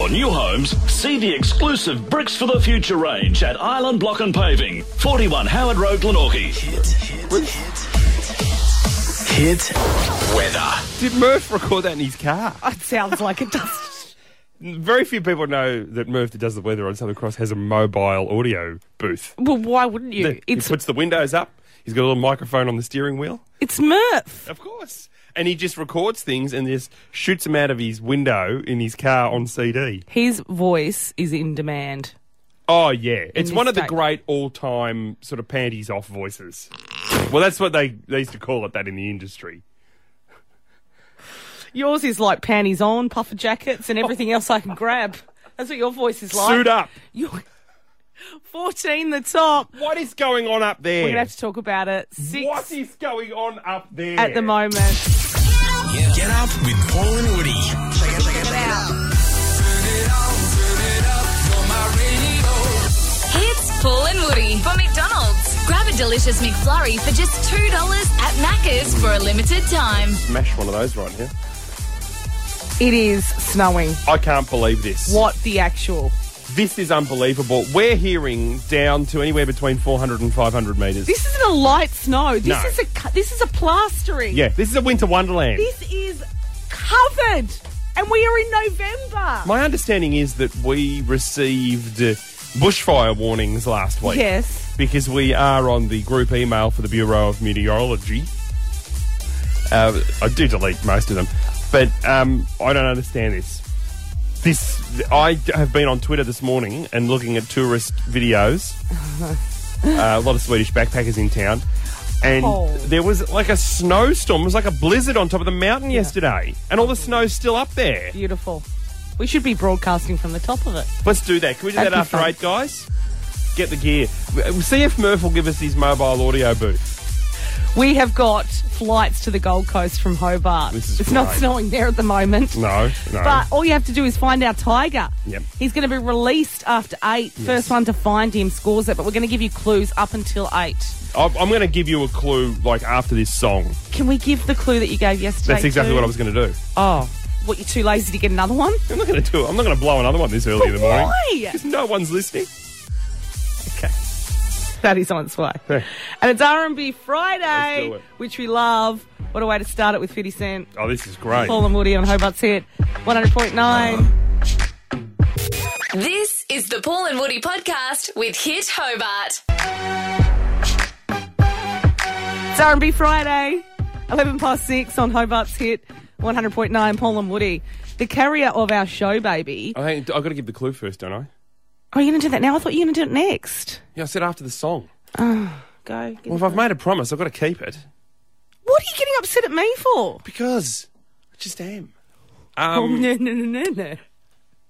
For new homes, see the exclusive Bricks for the Future range at Island Block and Paving, 41 Howard Road, Glenorchy. Hit, hit, hit, hit, weather. Did Murph record that in his car? It sounds like it does. Very few people know that Murph that does the weather on Southern Cross has a mobile audio booth. Well, why wouldn't you? He it's puts the windows up. He's got a little microphone on the steering wheel. it's Murph. Of course. And he just records things and just shoots them out of his window in his car on CD. His voice is in demand. Oh, yeah. It's this one of the state. great all time sort of panties off voices. Well, that's what they, they used to call it that in the industry. Yours is like panties on, puffer jackets, and everything else I can grab. That's what your voice is like. Suit up. You're 14 the top. What is going on up there? We're going to have to talk about it. Six what is going on up there? at the moment. Get up with Paul and Woody. Check it, check it, check it out. It's Paul and Woody for McDonald's. Grab a delicious McFlurry for just $2 at Macca's for a limited time. Smash one of those right here. It is snowing. I can't believe this. What the actual? This is unbelievable. We're hearing down to anywhere between 400 and 500 metres. This isn't a light snow. This No. is a cu- this is a plastering. yeah, this is a winter wonderland. This is covered, and we are in November. My understanding is that we received uh, bushfire warnings last week. yes. Because we are on the group email for the Bureau of Meteorology. Uh, I do delete most of them, but um, I don't understand this. This I have been on Twitter this morning and looking at tourist videos. uh, a lot of Swedish backpackers in town, and Oh. there was like a snowstorm. It was like a blizzard on top of the mountain yesterday, and all the snow's still up there. Beautiful. We should be broadcasting from the top of it. Let's do that. Can we do That'd that be after fun. eight, guys? Get the gear. We'll see if Murph will give us his mobile audio booth. We have got flights to the Gold Coast from Hobart. This is it's not great. snowing there at the moment. No, no. But all you have to do is find our tiger. Yep. He's going to be released after eight. First one to find him scores it, but we're going to give you clues up until eight. I'm, I'm going to give you a clue like after this song. Can we give the clue that you gave yesterday? That's exactly too? what I was going to do. Oh, what? You're too lazy to get another one? I'm not going to do it. I'm not going to blow another one this early in the morning. Why? Because no one's listening. Okay. That is on its way. and it's R&B Let's do Friday, it. which we love. What a way to start it with 50 Cent. Oh, this is great. Paul and Woody on Hobart's Hit 100.9. This is the Paul and Woody podcast with Hit Hobart. It's R&B Friday, 11 past 6 on Hobart's Hit 100.9. Paul and Woody, the carrier of our show, baby. I, I've got to give the clue first, don't I? Are you going to do that now? I thought you were going to do it next. Yeah, I said after the song. Go. get Well, it. if I've made a promise, I've got to keep it. What are you getting upset at me for? Because I just am. oh, no, no, no, no, no.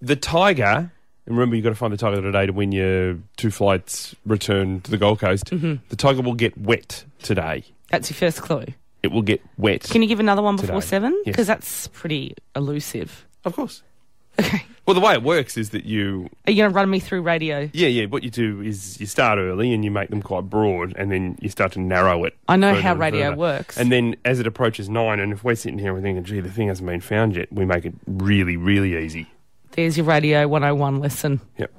the Tiger. And remember, you've got to find the Tiger today to win your two flights return to the Gold Coast. Mm-hmm. The Tiger will get wet today. That's your first clue. It will get wet. Can you give another one before Today. 7? Yes. Because that's pretty elusive. of course. Okay. Well, the way it works is that you, Are you going to run me through radio? yeah, yeah, what you do is you start early and you make them quite broad and then you start to narrow it. I know further how and radio further. works. And then as it approaches nine, and if we're sitting here and we're thinking, gee, the thing hasn't been found yet, we make it really, really easy. There's your Radio 101 lesson. Yep.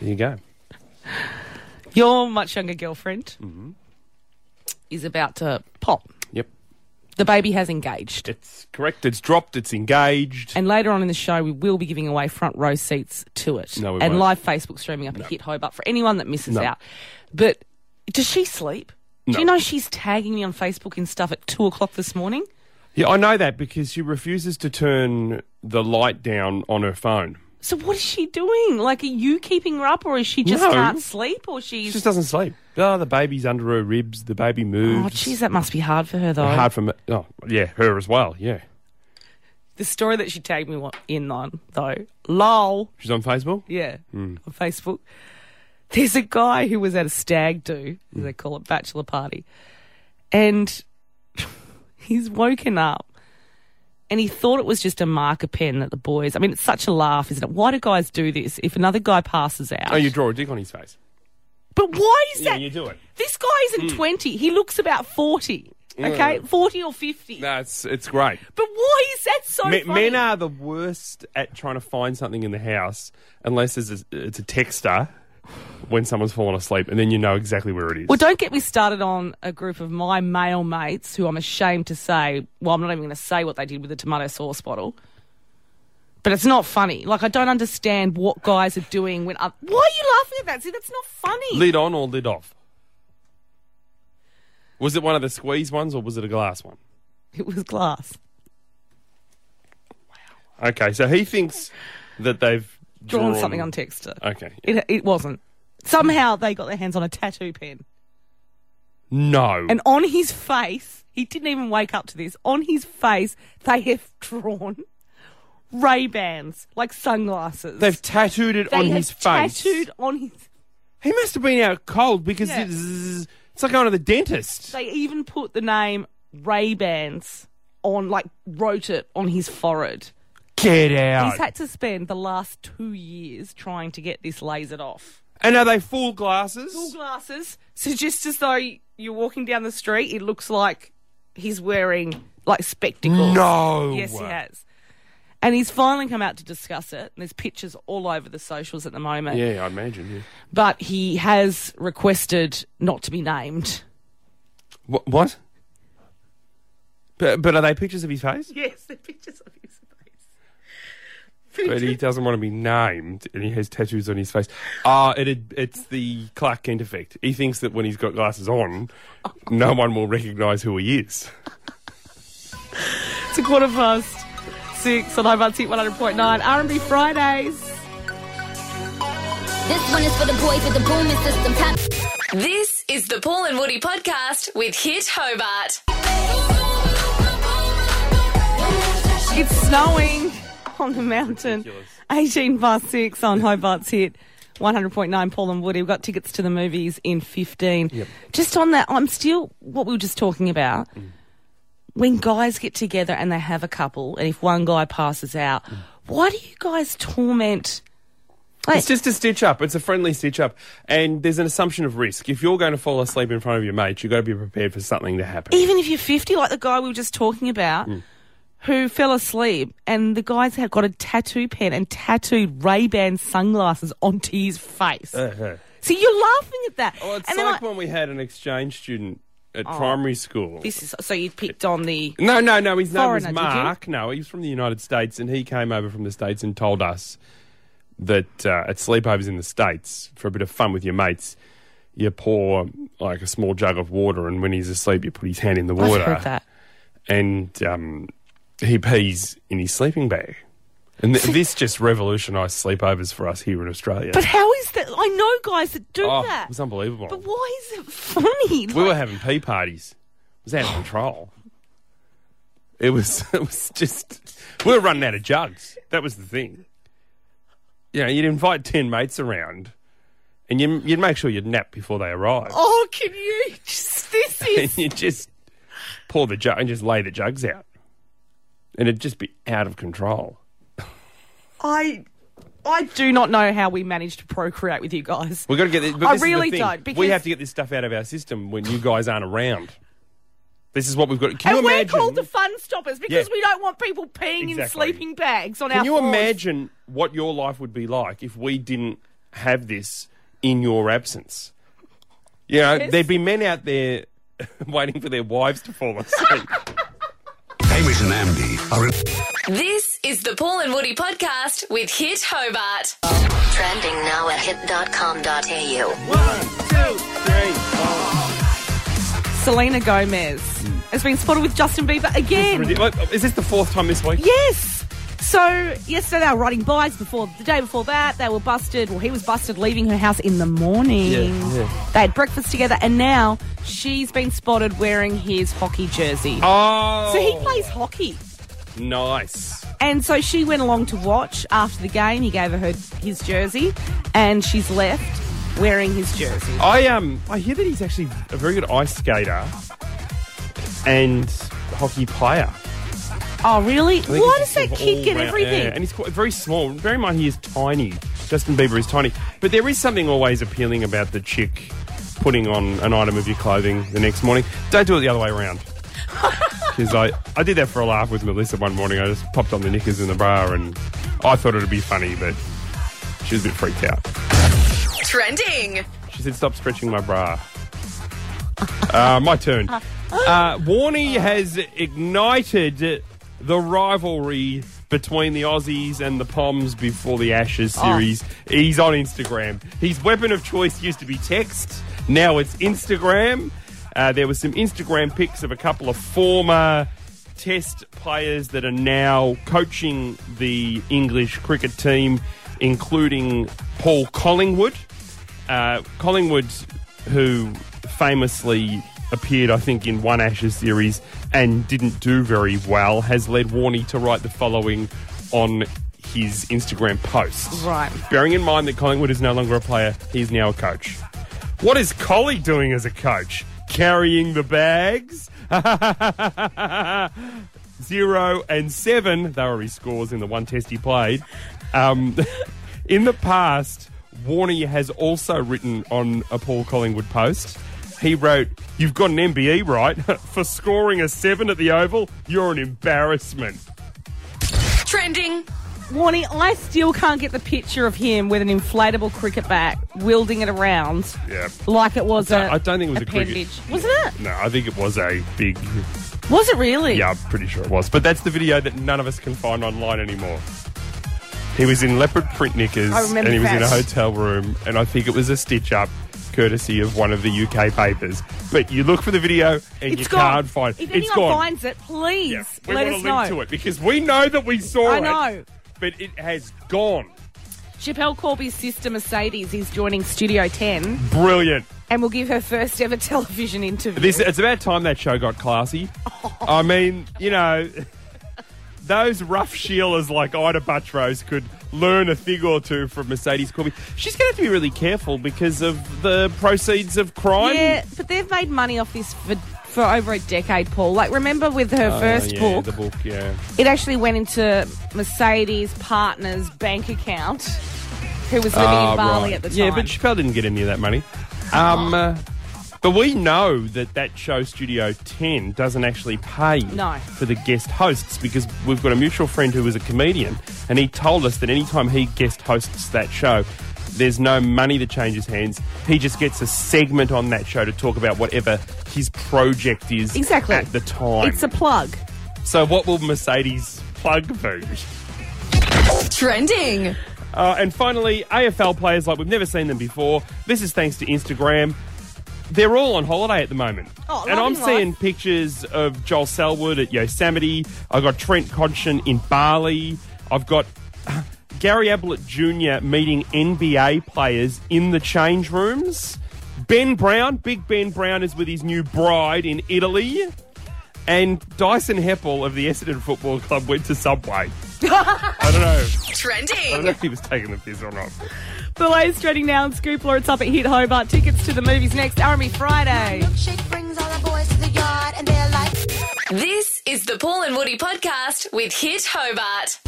There you go. Your much younger girlfriend is about to pop. Yep. The baby has engaged. It's correct. It's dropped. It's engaged. And later on in the show, we will be giving away front row seats to it. No, we and won't. live Facebook streaming up at Hit Hobart for anyone that misses No. out. But does she sleep? Do you No. know she's tagging me on Facebook and stuff at two o'clock this morning? Yeah, I know that because she refuses to turn the light down on her phone. So what is she doing? Like, are you keeping her up, or is she just No. can't sleep, or She she's just doesn't sleep. Oh, the baby's under her ribs. The baby oh, moves. jeez, that must be hard for her though. Hard for me. Oh, yeah, her as well. Yeah, The story that she tagged me wa- in on, though, lol, she's on Facebook. yeah, Hmm. on Facebook. There's a guy who was at a stag do, as Hmm. they call it, bachelor party, and he's woken up and he thought it was just a marker pen that the boys. I mean, it's such a laugh, isn't it? Why do guys do this? If another guy passes out, Oh, you draw a dick on his face. but why is Yeah, that? you do it. Hmm. This guy isn't 20. He looks about 40. Okay, forty or fifty. No, it's it's great. But why is that so Me- Oh, funny? men are the worst at trying to find something in the house unless it's a, it's a texter when someone's fallen asleep, and then you know exactly where it is. Well, don't get me started on a group of my male mates who I'm ashamed to say. Well, I'm not even going to say what they did with the tomato sauce bottle. But it's not funny. Like I don't understand what guys are doing when. I- why are you laughing at that? See, that's not funny. Lid on or lid off? Was it one of the squeeze ones or was it a glass one? it was glass. Okay, so he thinks that they've Drawn something on Texter. Okay. It, it wasn't. Somehow they got their hands on a tattoo pen. No. And on his face, he didn't even wake up to this. On his face, they have drawn Ray Bans, like sunglasses. they've tattooed it They on have his face. Tattooed on his. He must have been out cold because Yeah. it's, it's like going to the dentist. They even put the name Ray Bans on, like, wrote it on his forehead. Get He's out. had to spend the last two years trying to get this lasered off. and are they full glasses? Full glasses. So just as though you're walking down the street, it looks like he's wearing like spectacles. No. Yes, he has. And he's finally come out to discuss it. And there's pictures all over the socials at the moment. Yeah, I imagine. Yeah. But he has requested not to be named. What? what? But, but are they pictures of his face? Yes, the pictures of his face. But he doesn't want to be named, and he has tattoos on his face. Ah, it, it's the Clark Kent effect. He thinks that when he's got glasses on, no one will recognise who he is. It's a quarter past six on Hobart's Hit 100.9 R&B Fridays. This one is for the boys with the booming system. Top This is the Paul and Woody podcast with Hit Hobart. It's snowing on the mountain. 18 past 6 on Hobart's hit. 100.9 Paul and Woody. We've got tickets to the movies in 15. Just on that, I'm still what we were just talking about. When guys get together and they have a couple, and if one guy passes out, why do you guys torment? Like, It's just a stitch up. It's a friendly stitch up, and there's an assumption of risk. If you're going to fall asleep in front of your mate, you've got to be prepared for something to happen. even if you're 50, like the guy we were just talking about, Hmm. who fell asleep, and the guys had got a tattoo pen and tattooed Ray Ban sunglasses onto his face. See, you're laughing at that. Well, Uh-huh. Oh, it's and then Oh. like when we had an exchange student at primary school. this is so you picked on the. No, no, no. His name Foreigner, was did you? Mark. No, he was from the United States, and he came over from the States and told us that uh, at sleepovers in the States, for a bit of fun with your mates, you pour like a small jug of water, and when he's asleep, you put his hand in the water, I've heard that. and um, he pees in his sleeping bag. And th- this just revolutionised sleepovers for us here in Australia. But how is that? I know guys that do oh, that. it was unbelievable. But why is it funny? We were Like, having pee parties. It was out of control. It was. It was just. We were running out of jugs. That was the thing. You know, you'd invite ten mates around, and you, you'd make sure you'd nap before they arrived, oh, can you? Just, this and is. you just pour the jug and just lay the jugs out, and it'd just be out of control. I. I do not know how we managed to procreate with you guys. We've got to get this. But I this is the really thing. don't, We because- have to get this stuff out of our system when you guys aren't around. This is what we've got. Can and you we're imagine? called the fun stoppers because Yeah. we don't want people peeing in Exactly. sleeping bags on our Can you floors. imagine what your life would be like if we didn't have this in your absence? You know, Yes. there'd be men out there waiting for their wives to fall asleep. Hamish and Andy are in This is the Paul and Woody podcast with Hit Hobart. Trending now at hit.com.au. Selena Gomez Mm. has been spotted with Justin Bieber again. Ridic- Is this the fourth time this week? Yes. So yesterday they were riding bikes. Before the day before that, they were busted. Well, he was busted leaving her house in the morning. Yeah, yeah. They had breakfast together, and now she's been spotted wearing his hockey jersey. Oh, So he plays hockey, nice. and so she went along to watch after the game. He gave her her- his jersey, and she's left wearing his jersey. I um, I hear that he's actually a very good ice skater and hockey player. Oh, really? I think Why does it's that just all kid get round- everything? Yeah, and he's quite, very small. Bear in mind, he is tiny. Justin Bieber is tiny. But there is something always appealing about the chick putting on an item of your clothing the next morning. Don't do it the other way around. Because I, I did that for a laugh with Melissa one morning. I just popped on the knickers in the bar and I thought it would be funny, but she was a bit freaked out. Trending. She said, "Stop stretching my bra." Uh, my turn. Uh, Warney has ignited the rivalry between the Aussies and the Poms before the Ashes series. He's on Instagram. His weapon of choice used to be text. Now it's Instagram. Uh, there was some Instagram pics of a couple of former test players that are now coaching the English cricket team, including Paul Collingwood uh, Collingwood, who famously appeared, I think, in one Ashes series and didn't do very well, has led Warney to write the following on his Instagram post. Right. Bearing in mind that Collingwood is no longer a player, he's now a coach. What is Collie doing as a coach? Carrying the bags? Zero and seven, they were his scores in the one test he played. Um, in the past, Warney has also written on a Paul Collingwood post. He wrote, You've got an MBE, right? For scoring a seven at the Oval, you're an embarrassment. Trending. Warney, I still can't get the picture of him with an inflatable cricket bat wielding it around Yeah. like it was I a. I don't think it was a cricket. appendage. Wasn't it? No, I think it was a big. Was it really? Yeah, I'm pretty sure it was. But that's the video that none of us can find online anymore. He was in leopard print knickers I remember and he was in a that. hotel room, and I think it was a stitch up courtesy of one of the UK papers. But you look for the video and It's you gone. can't find If it's anyone gone. finds it, please Yeah, we let want us to link know. to it because we know that we saw I it. know. But it has gone. Chappelle Corby's sister Mercedes is joining Studio 10 Brilliant. and will give her first ever television interview. This it's about time that show got classy. I mean, you know, those rough sheilas like Ida Buttrose could learn a thing or two from Mercedes Corby. She's going to have to be really careful because of the proceeds of crime. yeah, but they've made money off this for, for over a decade, Paul. Like, remember with her Uh, first yeah, book, the book, yeah. it actually went into Mercedes' partner's bank account, who was living Ah, in Bali right. at the time. Oh. Yeah, but Chappelle didn't get any of that money. Um, uh, but we know that that show Studio 10 doesn't actually pay No. for the guest hosts because we've got a mutual friend who is a comedian and he told us that anytime he guest hosts that show, there's no money that changes hands. He just gets a segment on that show to talk about whatever his project is Exactly. at the time. it's a plug. so what will Mercedes plug be? Trending. Uh, and finally, AFL players like we've never seen them before. This is thanks to Instagram. They're all on holiday at the moment. Oh, and I'm loving seeing pictures of Joel Selwood at Yosemite. I've got Trent Hodgson in Bali. I've got Gary Ablett Jr. meeting NBA players in the change rooms. Ben Brown, Big Ben Brown, is with his new bride in Italy. And Dyson Heppel of the Essendon Football Club went to Subway. I don't know. I don't know Trending. if he was taking the piss or not. The lay's trading now on Scoop Law. It's up at Hit Hobart. Tickets to the movies next. Army Friday. This is the Paul and Woody podcast with Hit Hobart.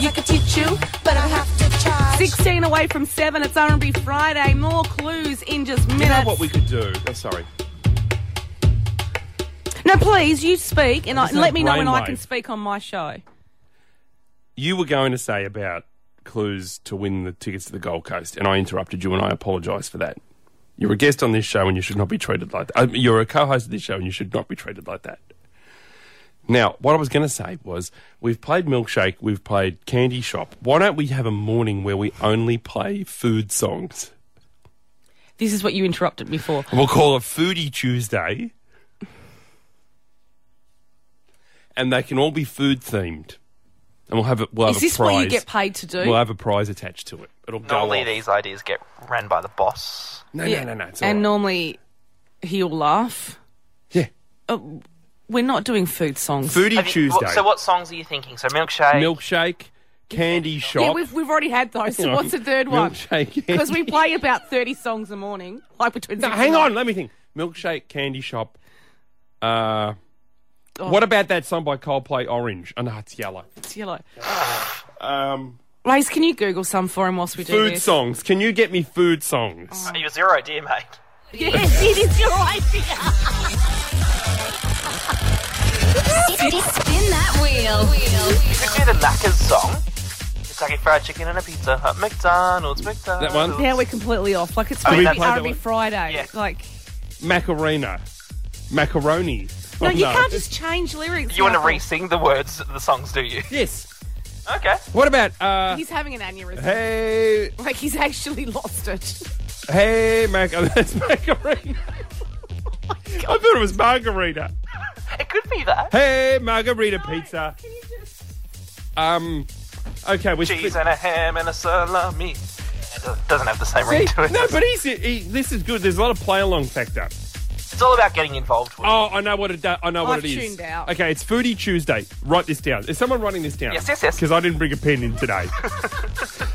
You could teach you, but I have to charge. 16 away from 7. It's R&B Friday. More clues in just minutes. You know what we could do? Oh, sorry. no, please, you speak and I, There's no let me know when I brainwave. can speak on my show. You were going to say about clues to win the tickets to the Gold Coast, and I interrupted you, and I apologise for that. You're a guest on this show, and you should not be treated like that. Um, you're a co-host of this show, and you should not be treated like that. Now, what I was going to say was, we've played milkshake, we've played candy shop. Why don't we have a morning where we only play food songs? This is what you interrupted me for. We'll call it Foodie Tuesday. And they can all be food themed. And we'll have it. We'll have Is a this prize. what you get paid to do? We'll have a prize attached to it. It'll go Normally, off. these ideas get ran by the boss. No, Yeah. no, no, no. It's all and right. normally he'll laugh. Yeah. Uh, we're not doing food songs. Foodie Have you- Tuesday. wh- so, what songs are you thinking? So, milkshake. Milkshake, candy shop. Yeah, we've, we've already had those. So Hang on. what's the third one? Milkshake. Because we play about 30 songs a morning, like between No, six hang and on. nine. Let me think. Milkshake, candy shop. Uh, Oh, What about that song by Coldplay, Orange? Oh, no, it's yellow. It's yellow. Um, Lace, can you Google some for him whilst we do Food this? songs. Can you get me food songs? Your zero idea, mate. Yes, it is your idea. Spin that wheel. You could do the Knackers song. Kentucky Fried Chicken and a Pizza Hut, McDonald's, McDonald's. one? Now we're completely off. Like it's I mean, maybe that's- Arby Friday. Yeah. Like Macarena. Macaroni. no, Oh, you can't just change lyrics. You want to Malcolm. re-sing the words of the songs, do you? Yes. Okay. What about uh? He's having an aneurysm. Hey, Like he's actually lost it. hey, mac. oh, That's macarena. I thought it was margarita. It could be that. Hey, margarita pizza. Um. Okay, we Cheese and a ham and a salami. It do- doesn't have the same ring to it. no, but he's, he, this is good. There's a lot of play along factor. It's all about getting involved with it. Oh, I know what it. do- I know what I've it is. tuned out. Okay, it's Foodie Tuesday. Write this down. Is someone writing this down? Yes, yes, yes. Because I didn't bring a pen in today.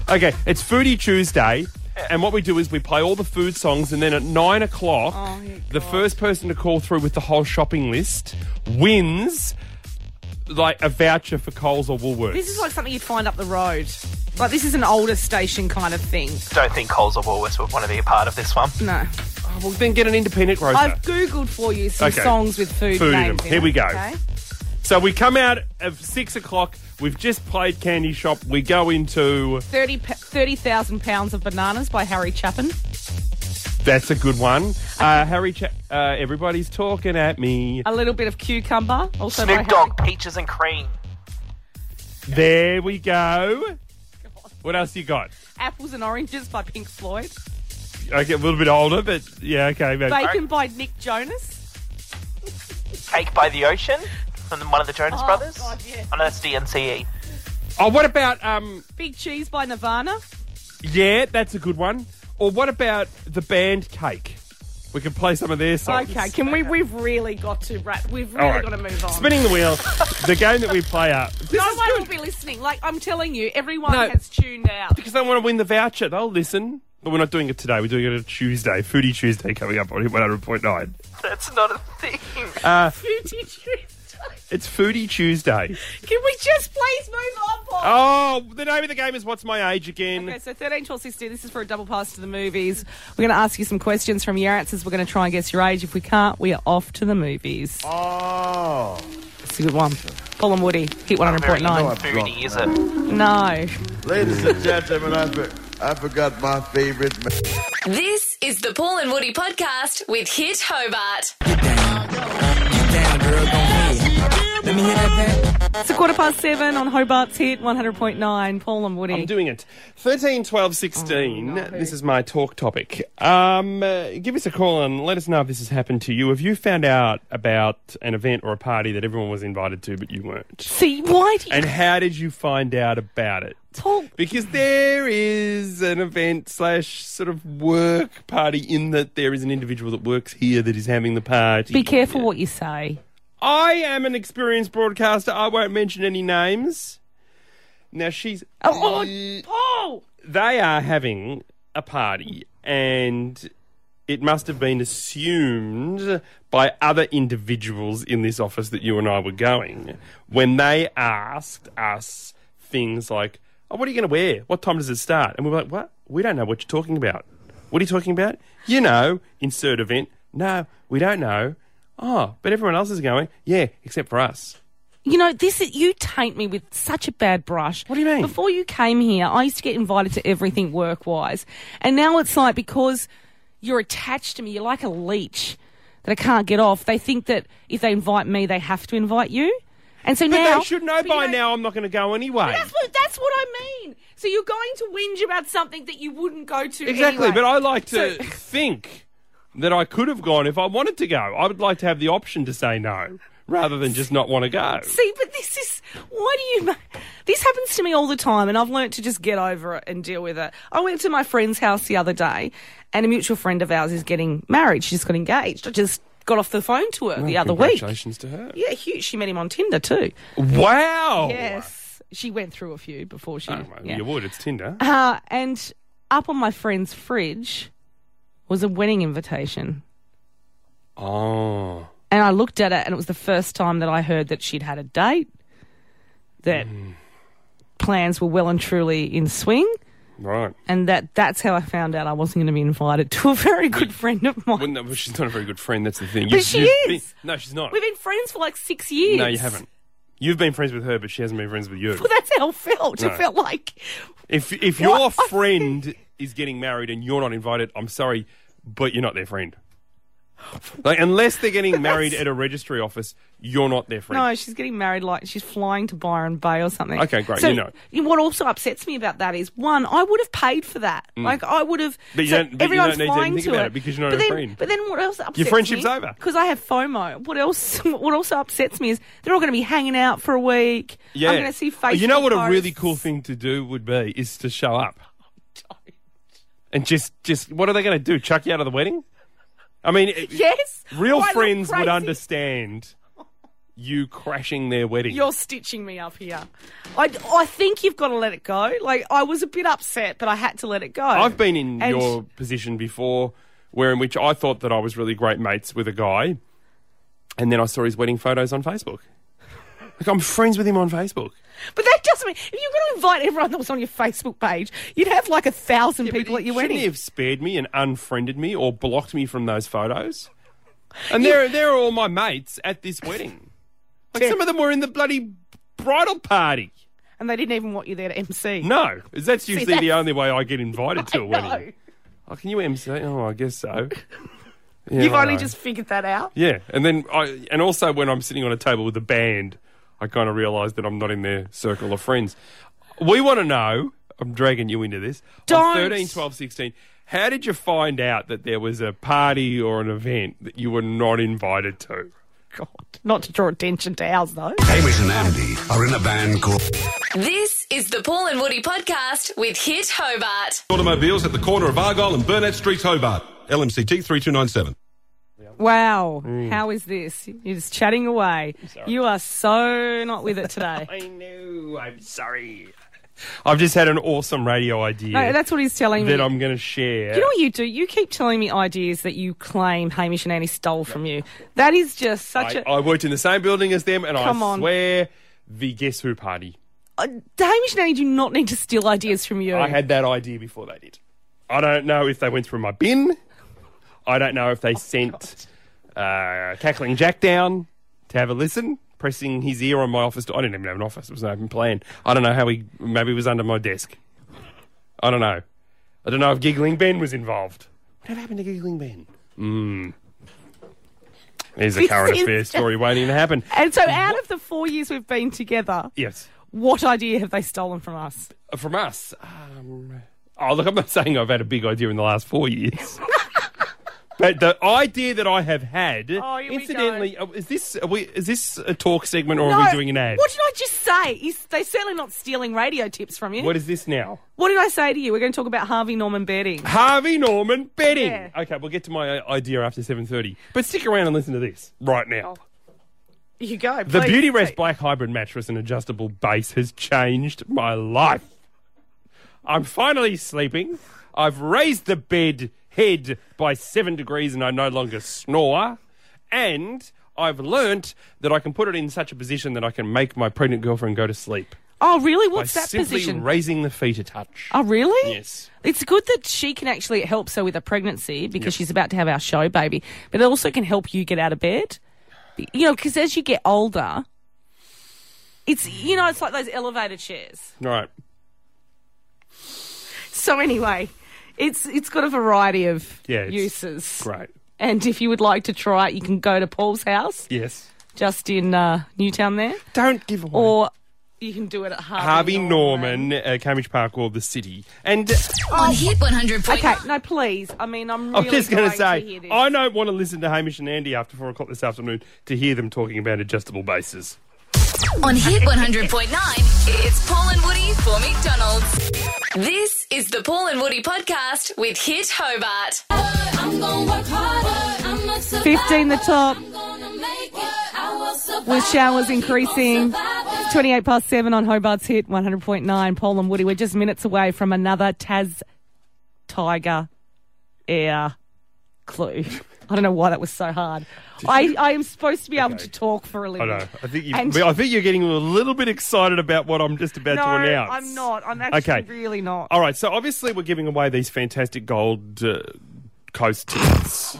okay, it's Foodie Tuesday, and what we do is we play all the food songs, and then at nine o'clock, Oh, yeah, the God. first person to call through with the whole shopping list wins. Like a voucher for Coles or Woolworths. This is like something you'd find up the road. Like this is an older station kind of thing. Don't think Coles or Woolworths would want to be a part of this one. No, Oh, well, then get an independent grocer. I've googled for you some Okay. songs with food, Food in names. them. in Here we go. Okay? So we come out of six o'clock. We've just played Candy Shop. We go into 30 pa- 30,000 pounds of bananas by Harry Chapin. that's a good one. Uh, Harry, Cha- uh, everybody's talking at me. A little bit of cucumber. Also by Snoop Harry- Dogg, Peaches and Cream. There we go. What else you got? Apples and oranges by Pink Floyd. Okay, a little bit older, but yeah, okay. Maybe. Bacon by Nick Jonas. Cake by the Ocean from the- one of the Jonas Oh, Brothers. God, yeah. Oh, no, that's DNCE. Oh, what about um? Big cheese by Nirvana. Yeah, that's a good one. Or what about the band Cake? We can play some of their songs. Okay, can we? We've really got to wrap. We've All really right. got to move on. Spinning the wheel, the game that we play up. This no is one good. will be listening. Like I'm telling you, everyone No. has tuned out. because they want to win the voucher. They'll listen. But we're not doing it today. We're doing it on Tuesday. Foodie Tuesday coming up on Hit 100.9. That's not a thing. Uh, It's Foodie Tuesday. Can we just please move on, Paul? Oh, the name of the game is What's My Age Again? Okay, so 13, 12, 16, this is for a double pass to the movies. We're going to ask you some questions from your answers. We're going to try and guess your age. If we can't, we are off to the movies. Oh, It's a good one. Paul and Woody, hit 100.9. Foodie, is it? No. ladies and gentlemen, I, for- I forgot my favorite. ma- This is the Paul and Woody podcast with Hit Hobart. It's a quarter past seven on Hobart's hit 100.9. Paul and Woody. I'm doing it. 13, Oh, 12, 16. this is my talk topic. Um, uh, give us a call and let us know if this has happened to you. Have you found out about an event or a party that everyone was invited to but you weren't? See, why do you. And how did you find out about it? Paul, Because there is an event slash sort of work party in that there is an individual that works here that is having the party. be careful what you say. I am an experienced broadcaster. I won't mention any names. Now she's. Oh, oh, Paul! They are having a party, and it must have been assumed by other individuals in this office that you and I were going when they asked us things like, "Oh, what are you going to wear? What time does it start?" And we were like, "What? We don't know what you're talking about. What are you talking about? You know, insert event. No, we don't know. Oh, but everyone else is going. Yeah, except for us. You know, this is, you taint me with such a bad brush. What do you mean? Before you came here, I used to get invited to everything work wise. And now it's like because you're attached to me, you're like a leech that I can't get off. They think that if they invite me, they have to invite you. And so But now. they should know but you by don't- now. I'm not going to go anyway. That's what, that's what I mean. So you're going to whinge about something that you wouldn't go to Exactly, anyway. but I like to So- think that I could have gone if I wanted to go. I would like to have the option to say no rather than just not want to go. See, but this is why do you? ma- This happens to me all the time, and I've learnt to just get over it and deal with it. I went to my friend's house the other day, and a mutual friend of ours is getting married. She just got engaged. I just got off the phone to her the other week. Congratulations to her. Yeah, huge. She met him on Tinder too. Wow. Yes, she went through a few before she. Oh, well, yeah. You would. It's Tinder. Uh, and up on my friend's fridge was a wedding invitation. Oh. And I looked at it, and it was the first time that I heard that she'd had a date. That plans were well and truly in swing. Right. And that, that's how I found out I wasn't going to be invited to a very good friend of mine. Well, no, but she's not a very good friend. That's the thing. But she you've is. been- no, she's not. We've been friends for like six years. no, you haven't. You've been friends with her, but she hasn't been friends with you. Well, that's how it felt. No. It felt like If if your What? friend is getting married and you're not invited, I'm sorry, but you're not their friend. Like unless they're getting married at a registry office, you're not their friend. No, she's getting married. Like she's flying to Byron Bay or something. Okay, great, So you know. you- What also upsets me about that is one, I would have paid for that. Like I would have. Mm. But you so don't- but you everyone's don't need to flying think to about it it because you're not but her then, friend. But then what else? Upsets friendship's over. Because I have FOMO. What else? What also upsets me is they're all going to be hanging out for a week. yeah. Oh, I'm going to see Facebook. You know what a really posts. cool thing to do would be is to show up. And just just what are they going to do? Chuck you out of the wedding? I mean, it- Yes. real Do I look friends would crazy? understand you crashing their wedding. You're stitching me up here. I, I think you've got to let it go. Like I was a bit upset, but I had to let it go. I've been in And- your position before, where in which I thought that I was really great mates with a guy, and then I saw his wedding photos on Facebook. Like I'm friends with him on Facebook. But that doesn't mean if you're going to invite everyone that was on your Facebook page, you'd have like a thousand people at your Shouldn't wedding. he have spared me and unfriended me or blocked me from those photos? And they're they're all my mates at this wedding. Like some of them were in the bloody bridal party. And they didn't even want you there to MC. No, 'cause that's usually the that's- only way I get invited to a I know. wedding. Oh, can you MC? Oh, I guess so. Yeah, You've I only know. just figured that out. Yeah, and then I, and also when I'm sitting on a table with a band, I kind of realise that I'm not in their circle of friends. We want to know. I'm dragging you into this. Don't. On 13, 12, 16. How did you find out that there was a party or an event that you were not invited to? God, not to draw attention to ours though. Hamish and Andy are in a band called. This is the Paul and Woody podcast with Hit Hobart. Automobiles at the corner of Argyle and Burnett Street, Hobart. LMCT 3297. Wow, Mm. how is this? You're just chatting away. You are so not with it today. I know. I'm sorry. I've just had an awesome radio idea No, that's what he's telling me. that I'm going to share. you know what you do? You keep telling me ideas that you claim Hamish and Annie stole from you. That is just such I, a I worked in the same building as them, and Come I on. swear the Guess Who party. Uh, Hamish and Annie do not need to steal ideas from you. I had that idea before they did. I don't know if they went through my bin. I don't know if they sent uh, Cackling Jack down to have a listen, pressing his ear on my office door. I didn't even have an office, it was an open plan. I don't know how he maybe he was under my desk. I don't know. I don't know if Giggling Ben was involved. Whatever happened to Giggling Ben? Mm. There's a This current is- affairs story waiting to happen. and so, out of the four years we've been together, Yes. What idea have they stolen from us? From us. Um, oh, look, I'm not saying I've had a big idea in the last four years. But the idea that I have had, Oh, here we incidentally, uh, is this are we, is this a talk segment or are No, we doing an ad? What did I just say? Is they're certainly not stealing radio tips from you. what is this now? What did I say to you? We're going to talk about Harvey Norman betting. Harvey Norman betting. Yeah. Okay, we'll get to my uh, idea after seven thirty. But stick around and listen to this right Oh. now. You go. The please. Beauty Rest Black Hybrid mattress and adjustable base has changed my life. I'm finally sleeping. I've raised the bed head by seven degrees and I no longer snore. And I've learnt that I can put it in such a position that I can make my pregnant girlfriend go to sleep Oh, really? What's by that simply position? raising the feet a touch. oh, really? Yes. It's good that she can actually it helps her with her pregnancy because she's about to have our show baby, but it also can help you get out of bed. You know, because as you get older, it's you know it's like those elevator chairs. Right. So anyway, it's it's got a variety of Yeah, it's uses. Great. And if you would like to try it, you can go to Paul's house, Yes. just in uh, Newtown there, Don't give away. or you can do it at Harvey, Harvey Norman, uh, Cambridge Park, or the city. And. On Hit 100.9. Okay, no, please. I mean, I'm really I'm just going to say, hear this. I don't want to listen to Hamish and Andy after four o'clock this afternoon to hear them talking about adjustable bases. On Hit 100.9, it's Paul and Woody for McDonald's. This is the Paul and Woody podcast with Hit Hobart. I'm gonna work harder. I'm a survivor. 15 the top I'm gonna make it. I will survive. with showers increasing. Survivor. 28 past 7 on Hobart's hit 100.9. Paul and Woody, we're just minutes away from another Taz Tiger Air clue. I don't know why that was so hard. I, I am supposed to be able to talk for a I living. know. I think you, Mm. And- I think you're getting a little bit excited about what I'm just about No, to announce. I'm not. I'm actually Okay. really not. All right. So obviously we're giving away these fantastic gold uh, coast tickets.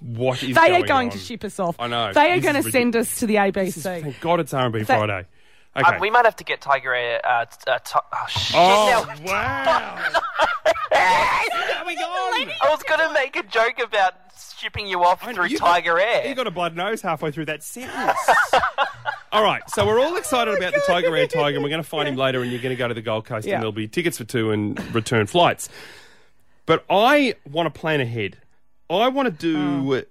what is They going are going on? to ship us off. I know. They are This going to is send us to the ABC. Thank God it's R&B That- Friday. Uh, Okay. we might have to get Tiger Air. Uh, t- uh, t- oh, shit. oh now- wow! going on? I was going to make a joke about shipping you off through You got- Tiger Air. You got a blood nose halfway through that sentence. all right, so we're all excited Oh about the Tiger Air Tiger, and we're going to find him later, and you're going to go to the Gold Coast, Yeah. and there'll be tickets for two and return flights. But I want to plan ahead. I want to Oh. do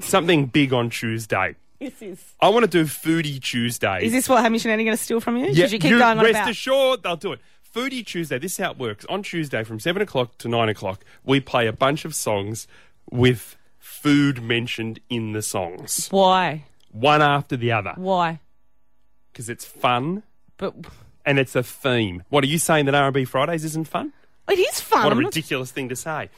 something big on Tuesday. This is. I want to do Foodie Tuesday. Is this what Hamish and Annie going to steal from you? Yeah, Did you keep you going on rest about? assured they'll do it. Foodie Tuesday. This is how it works. On Tuesday from seven o'clock to nine o'clock, we play a bunch of songs with food mentioned in the songs, Why? one after the other, Why? because it's fun But and it's a theme. What are you saying that R&B Fridays isn't fun? it is fun. What a I'm not- ridiculous thing to say.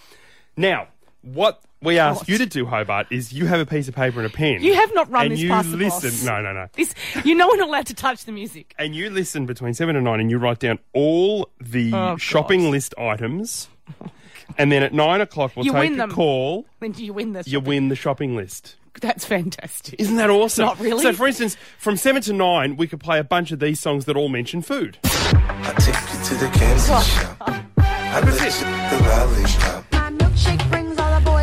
Now, what we ask What? you to do, Hobart, is you have a piece of paper and a pen. You have not run and this you past the boss. listen. No, no, no. This, you know, we're not allowed to touch the music. and you listen between seven and nine, and you write down all the God. shopping list items, and then at nine o'clock we'll You take win a them. call. Then you win this. You win the shopping list. That's fantastic. Isn't that awesome? Not really. So, for instance, from seven to nine, we could play a bunch of these songs that all mention food. I take you to the candy shop. I let you eat the lollipop.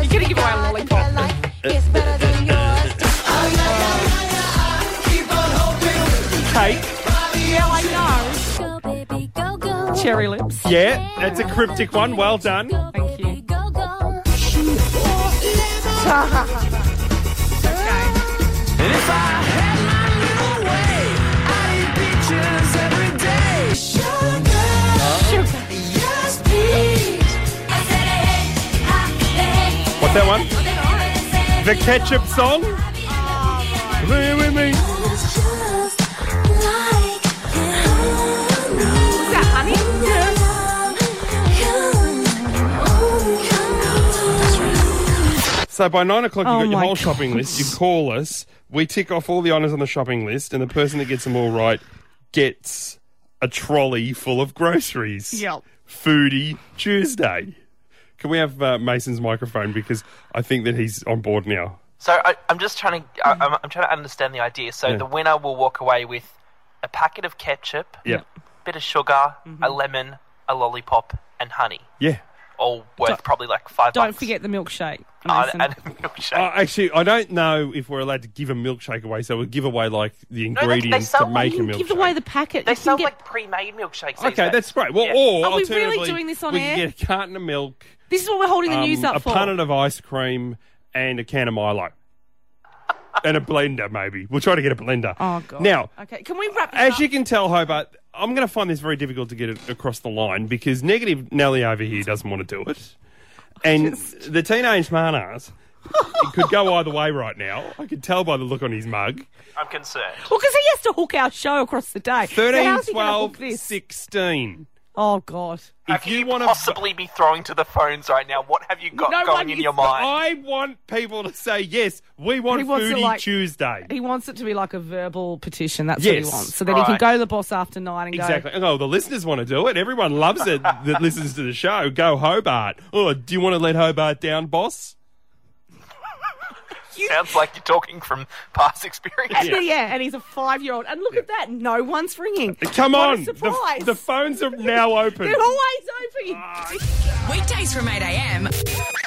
You're going to give away a lollipop. Cake. Yeah, I know. Cherry lips. Yeah, that's a cryptic one. Well done. Thank you. What's that one? The ketchup song. Play with me. So by nine o'clock, Oh you've got your my whole shopping list. You call us. We tick off all the honours on the shopping list, and the person that gets them all right gets a trolley full of groceries. Yep. Foodie Tuesday. Can we have uh, Mason's microphone because I think that he's on board now. So I, I'm just trying to. I, Mm-hmm. I'm, I'm trying to understand the idea. So the winner will walk away with a packet of ketchup, Yeah. bit of sugar, Mm-hmm. a lemon, a lollipop, and honey. Yeah. All worth probably like five. Don't bucks. forget the milkshake. Oh, Mason. and, and a milkshake. Uh, actually, I don't know if we're allowed to give a milkshake away, so we'll give away like the they- they ingredients sell to one. make a oh, you milkshake. give away the packet. they you can sell get- like pre-made milkshakes. these okay, days. that's great. Well, Yeah. or Are we really alternatively, doing this on we air? can get a carton of milk. this is what we're holding the um, news up a for. punnet of ice cream and a can of Milo. and a blender, maybe. We'll try to get a blender. oh god. Now, okay, can we wrap? This as up? you can tell, Hobart, I'm going to find this very difficult to get it across the line because negative Nelly over here doesn't want to do it. And the teenage manas it could go either way right now. I could tell by the look on his mug. I'm concerned. Well, because he has to hook our show across the day. 13, so how's he gonna hook 12, this? 16. Oh god. How If can you you, wanna- possibly be throwing to the phones right now? What have you got No one going in is- your mind? I want people to say, yes, we want He wants to, Foodie like- Tuesday. He wants it to be like a verbal petition. That's what Yes. he wants. So that he can Right. go to the boss after nine and Exactly. Oh, the listeners want to do it. Everyone loves it that listens to the show. Go Hobart. Oh, do you want to let Hobart down, boss? Sounds like you're talking from past experience. go. Yeah. and he's a five-year-old. And look at that, no one's ringing. Uh, Come What a on. The- surprise. The, phones are now open. They're always open. you Ah. Weekdays from 8 a.m.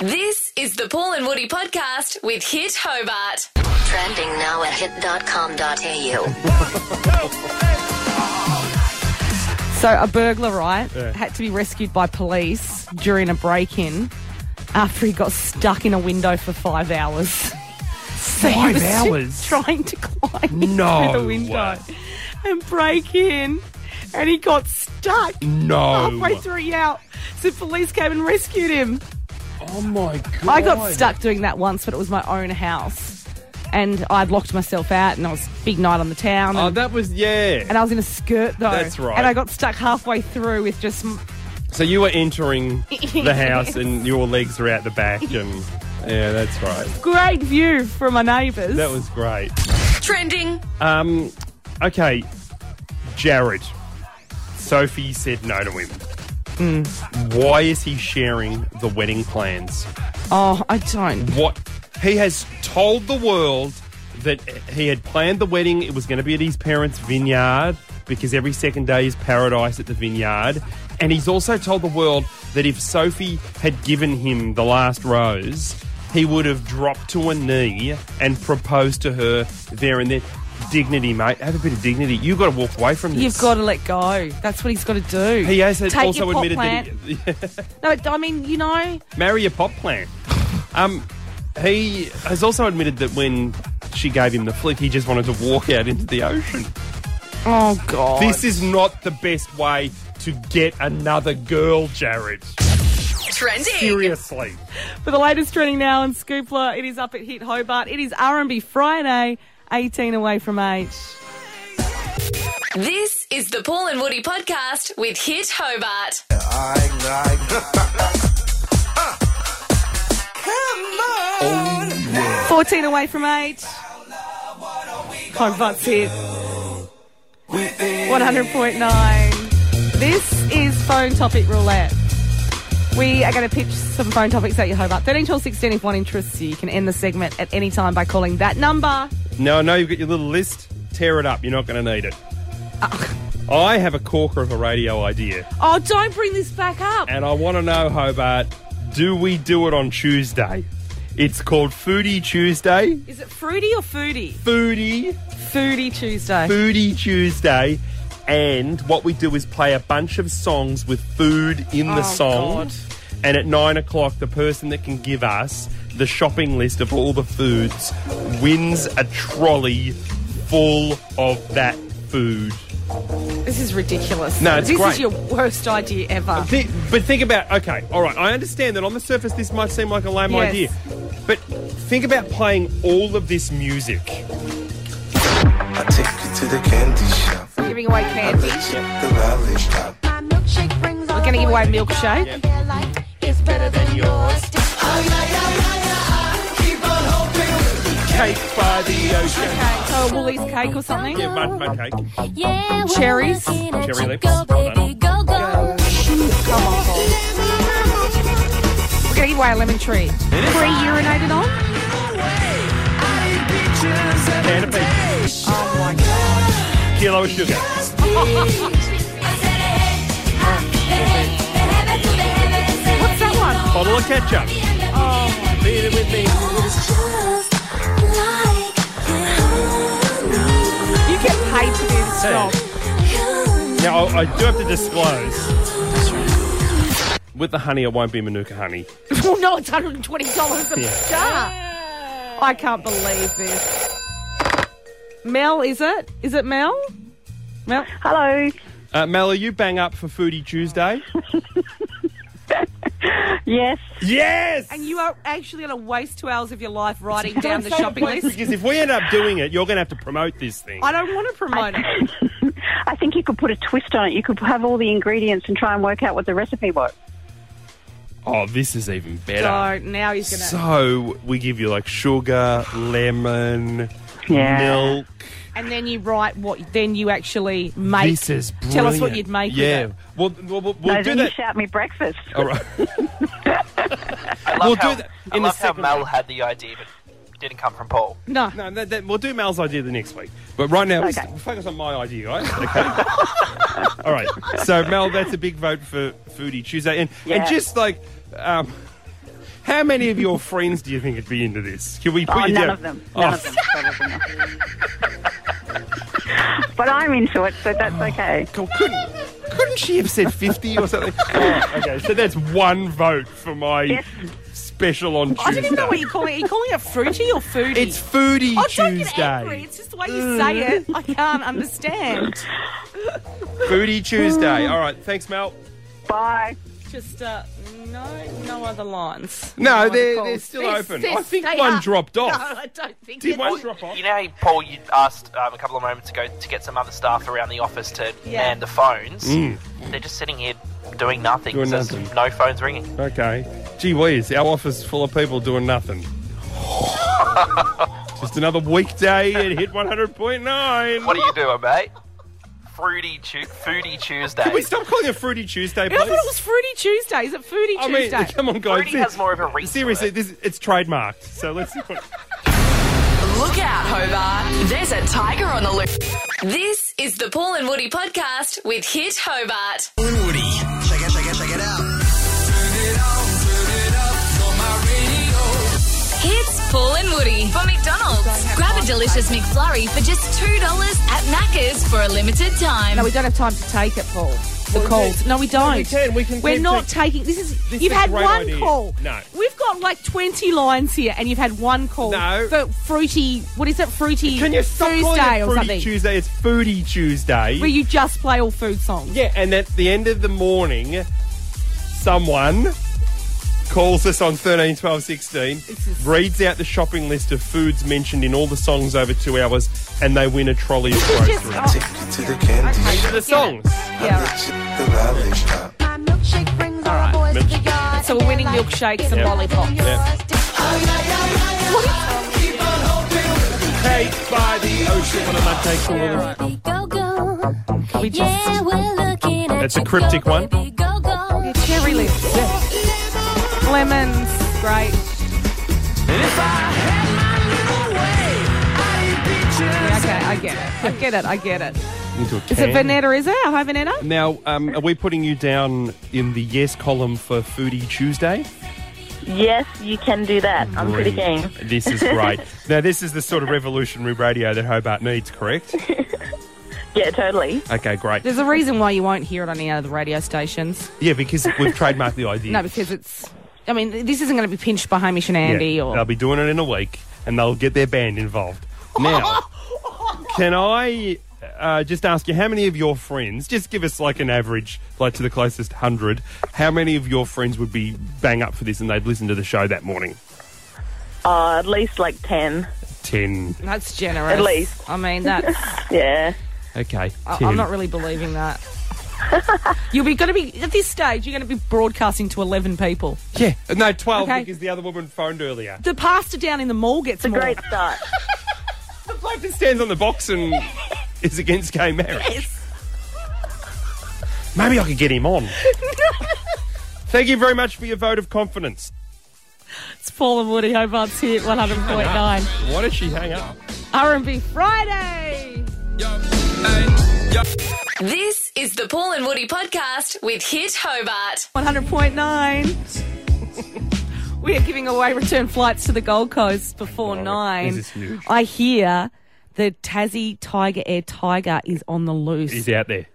This is the Paul and Woody podcast with Hit Hobart. Trending now at hit.com.au. So a burglar, right, had to be rescued by police during a break-in after he got stuck in a window for five hours. So he Five was hours? Trying to climb No. through the window and break in, and he got stuck. No. Halfway through he out, so police came and rescued him. Oh my god. I got stuck doing that once, but it was my own house, and I'd locked myself out, and it was a big night on the town. Oh, and- that was yeah. and I was in a skirt though. That's right. And I got stuck halfway through with just So you were entering the house and your legs were out the back and Yeah, that's right. Great view from our neighbours. That was great. Trending. Um, okay, Jared. Sophie said no to him. Why is he sharing the wedding plans? oh, I don't. What he has told the world that he had planned the wedding. It was going to be at his parents' vineyard because every second day is paradise at the vineyard. And he's also told the world that if Sophie had given him the last rose, he would have dropped to a knee and proposed to her there and then. Dignity, mate. Have a bit of dignity. You've got to walk away from this. You've got to let go. That's what he's got to do. He has Take also your pot admitted plant. that. He, No, I mean, you know, marry a pop plant. Um, he has also admitted that when she gave him the flick, he just wanted to walk out into the ocean. oh god, This is not the best way to get another girl, Jared. Trending. Seriously. For the latest trending now on Scoopla, it is up at Hit Hobart. It is R&B Friday, 18 away from 8. This is the Paul and Woody podcast with Hit Hobart. Come on. 14 away from 8. Hobart Hit, 100.9. This is Phone Topic Roulette. We are going to pitch some phone topics at your Hobart. 13, 12, 16 if one interests you. You can end the segment at any time by calling that number. No, no, you've got your little list. Tear it up. You're not going to need it. Ah. I have a corker of a radio idea, Oh, don't bring this back up. and I want to know, Hobart, do we do it on Tuesday? It's called Foodie Tuesday. Is it fruity or foodie? Foodie. Foodie Tuesday. Foodie Tuesday. And what we do is play a bunch of songs with food in the Oh, song. God. And at nine o'clock, the person that can give us the shopping list of all the foods wins a trolley full of that food. This is ridiculous. No, it's this great. is your worst idea ever. Thi- but think about okay, all right. I understand that on the surface this might seem like a lame Yes. idea, but think about playing all of this music. I take you to the candy shop. Giving away I candy. let you the lollipop. We're going to give away milkshake. Cake by the ocean. Okay, so a Woolies cake or something. Yeah, mud, mud cake. Yeah, Oh, Cherries. Oh, Cherry lips. Go, baby, go, go. Come on, Paul. We're going to give away a lemon tree. Pre-urinated on. And a pizza. Kilo of sugar. What's that one? Bottle of ketchup. Leave it with me. You get paid to do this job. Now, I, I do have to disclose. With the honey, it won't be Manuka honey. well, no, it's $120 a jar. I can't believe this. Mel, is it? Is it Mel? Mel? Hello. Uh, Mel, are you bang up for Foodie Tuesday? Yes. yes! And you are actually going to waste two hours of your life writing down the shopping list. Because if we end up doing it, you're going to have to promote this thing. I don't want to promote it. I think you could put a twist on it. You could have all the ingredients and try and work out what the recipe was. Oh, this is even better. So now he's gonna. So, we give you like sugar, lemon, Yeah. milk. and then you write what. Then you actually make. This is brilliant. Tell us what you'd make. Yeah. With it. Well, we'll, we'll, we'll no, do then you that. shout me breakfast. All right. I love We'll how, do that I in the love how second Mel round. had the idea, but it didn't come from Paul. No. No, that, that, we'll do Mal's idea the next week. But right now, Okay. we'll focus on my idea, all right? Okay. all right. So, Mel, that's a big vote for Foodie Tuesday. And, and Yeah. just like, um, how many of your friends do you think would be into this? Can we put Oh, you none down? of them. None Oh. of them. Probably not. but I'm into it, so that's okay. Cool. Couldn't, couldn't she have said 50 or something? Oh, okay, so that's one vote for my Yes. special on Tuesday. I don't even know what you're calling it. Are you calling it fruity or foodie? It's Foodie Oh, don't Tuesday. get angry. It's just the way you say it. I can't understand. Foodie Tuesday. All right, thanks, Mel. Bye. Just uh, no, no other lines. No, other they're, calls. they're still They're- open. they're- I think they one are- dropped off. No, I don't think. Did it- one drop off? You know, how, Paul, you asked um, a couple of moments ago to get some other staff around the office to Yeah. man the phones. They're just sitting here doing nothing. Mm. Doing so it's nothing. No phones ringing. Okay. Gee whiz, our office is full of people doing nothing. Just another weekday at Hit 100.9. What are you doing, mate? Fruity tu- Foodie Tuesday. Can we stop calling it Fruity Tuesday, I please? thought it was Fruity Tuesday. Is it Fruity I mean, Tuesday? come on, guys. Fruity has more of a reach to Seriously, this, it's trademarked. So let's. Look out, Hobart. There's a tiger on the loop. This is the Paul and Woody podcast with Hit Hobart. Paul and Woody. Check it, check it, check it out. Hits Paul and Woody for McDonald's. Grab a delicious McFlurry for just $2 at Macca's for a limited time. No, we don't have time to take it, Paul. The calls. No, we don't. we can. We can We're keep not the- taking. This is. This you've is a had great one idea. call. No. We've got like twenty lines here, and you've had one call. No. For fruity. What is it? Fruity. Can you stop Tuesday calling it or Fruity something? Tuesday? It's Foodie Tuesday. Where you just play all food songs. Yeah, and at the end of the morning, someone calls us on 13, 12, 16, reads out the shopping list of foods mentioned in all the songs over two hours, and they win a trolley of groceries. oh, to the candy These are the songs. All right. So we're winning milkshakes and Yep. lollipops. Yep. Cake by the ocean. One of my takes all of them. We just. Yeah, we're looking That's a cryptic one. Cherry lips. Lemons. Great. Okay, I get it. I get it. I get it. Into a Is it can. Vanetta? Is it? Hi, Vanetta. Now, um, are we putting you down in the yes column for Foodie Tuesday? Yes, you can do that. I'm pretty Great. game. This is great. now, this is the sort of revolutionary radio that Hobart needs, correct? yeah, totally. Okay, great. There's a reason why you won't hear it on any other radio stations. Yeah, because we've trademarked the idea. No, because it's. I mean, this isn't going to be pinched by Hamish and Yeah, Andy They'll or. be doing it in a week and they'll get their band involved. Now, can I uh, just ask you how many of your friends, just give us like an average, like to the closest hundred, how many of your friends would be bang up for this and they'd listen to the show that morning? Uh, at least like 10. Ten. That's generous. At least. I mean, that's. Yeah. Okay. I, ten. I'm not really believing that. You'll be going to be at this stage. You're going to be broadcasting to 11 people. Yeah. No, 12 Okay. because the other woman phoned earlier. The pastor down in the mall gets more. great start. The bloke that stands on the box and is against gay marriage. Maybe I could get him on. Thank you very much for your vote of confidence. It's Paul and Woody Hobart's here at 100.9. Why did she hang up? R&B Friday. This is the Paul and Woody podcast with Hit Hobart. 100.9. we are giving away return flights to the Gold Coast before nine. Oh, this is huge. I hear the Tassie Tiger Air Tiger is on the loose. He's out there.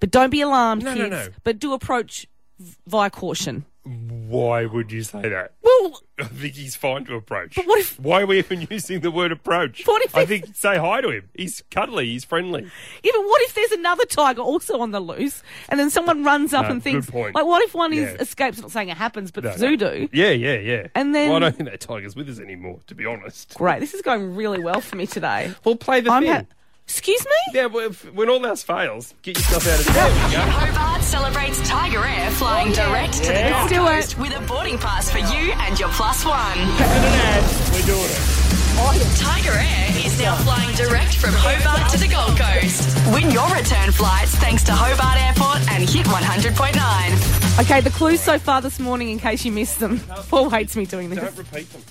But don't be alarmed, No, no, no. kids. But do approach v- via caution. Why would you say that? Well, I think he's fine to approach. But what if- Why are we even using the word approach? What if I it's- think say hi to him. He's cuddly. He's friendly. even what if there's another tiger also on the loose, and then someone runs up No, and good thinks, point. like, what if one is Yeah. escapes? Not saying it happens, but No, no. Zoodoo. Yeah, yeah, yeah. And then- Well, I don't think that tiger's with us anymore. To be honest. Great. This is going really well for me today. Well, play the thing. Excuse me? Yeah, well, if, when all else fails, get yourself out of the There we go. Hobart celebrates Tiger Air Oh, flying direct to the Yeah. Gold Let's do Coast with a boarding pass for you and your plus one. We're doing it. Tiger Air is now flying direct from Hobart to the Gold Coast. Win your return flights thanks to Hobart Airport and Hit 100.9. Okay, the clues so far this morning, in case you missed them. Paul hates me doing this. Don't repeat them.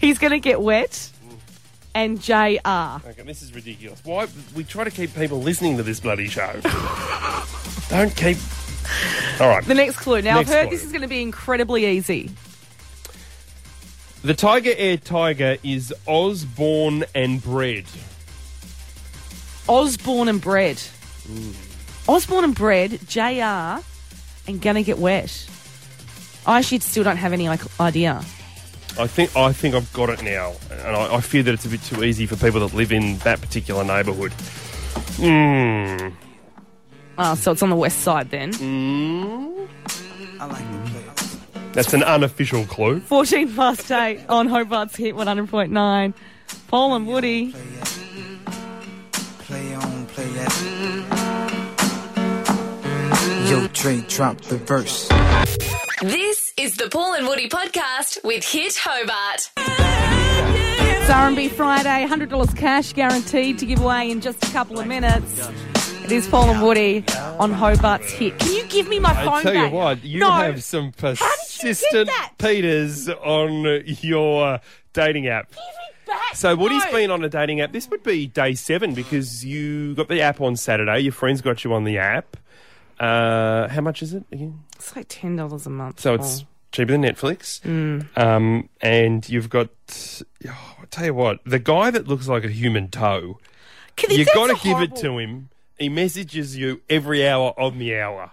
He's going to get wet, and JR. Okay, this is ridiculous. Why we try to keep people listening to this bloody show? Don't keep. All right. The next clue. Now, Next I've heard clue. this is going to be incredibly easy. The Tiger Air Tiger is Osborne and bred. Osborne and Bread. Mm. Osborne and Bread, JR, and Gonna Get Wet. I actually still don't have any like, idea. I think I think I've got it now, and I, I fear that it's a bit too easy for people that live in that particular neighbourhood. Hmm. Ah, so it's on the west side then. Mm. That's an unofficial clue. 14 past 8 on Hobart's Hit 100.9. Paul and Woody. Play on, play that. Yo, Trey, drop the verse. This is the Paul and Woody podcast with Hit Hobart. It's R&B Friday, $100 cash guaranteed to give away in just a couple of minutes. It is Paul and Woody on Hobart's hit. Can you give me my phone I tell back? you what, you no. have some persistent Peters on your dating app. So Woody's been on a dating app. This would be day seven because you got the app on Saturday. Your friends got you on the app. Uh, how much is it again? It's like $10 a month. So it's Paul. cheaper than Netflix. Oh. Mm. Um, and you've got, oh, I tell you what, the guy that looks like a human toe. Can- You that's got to a give it horrible- to him. He messages you every hour on the hour,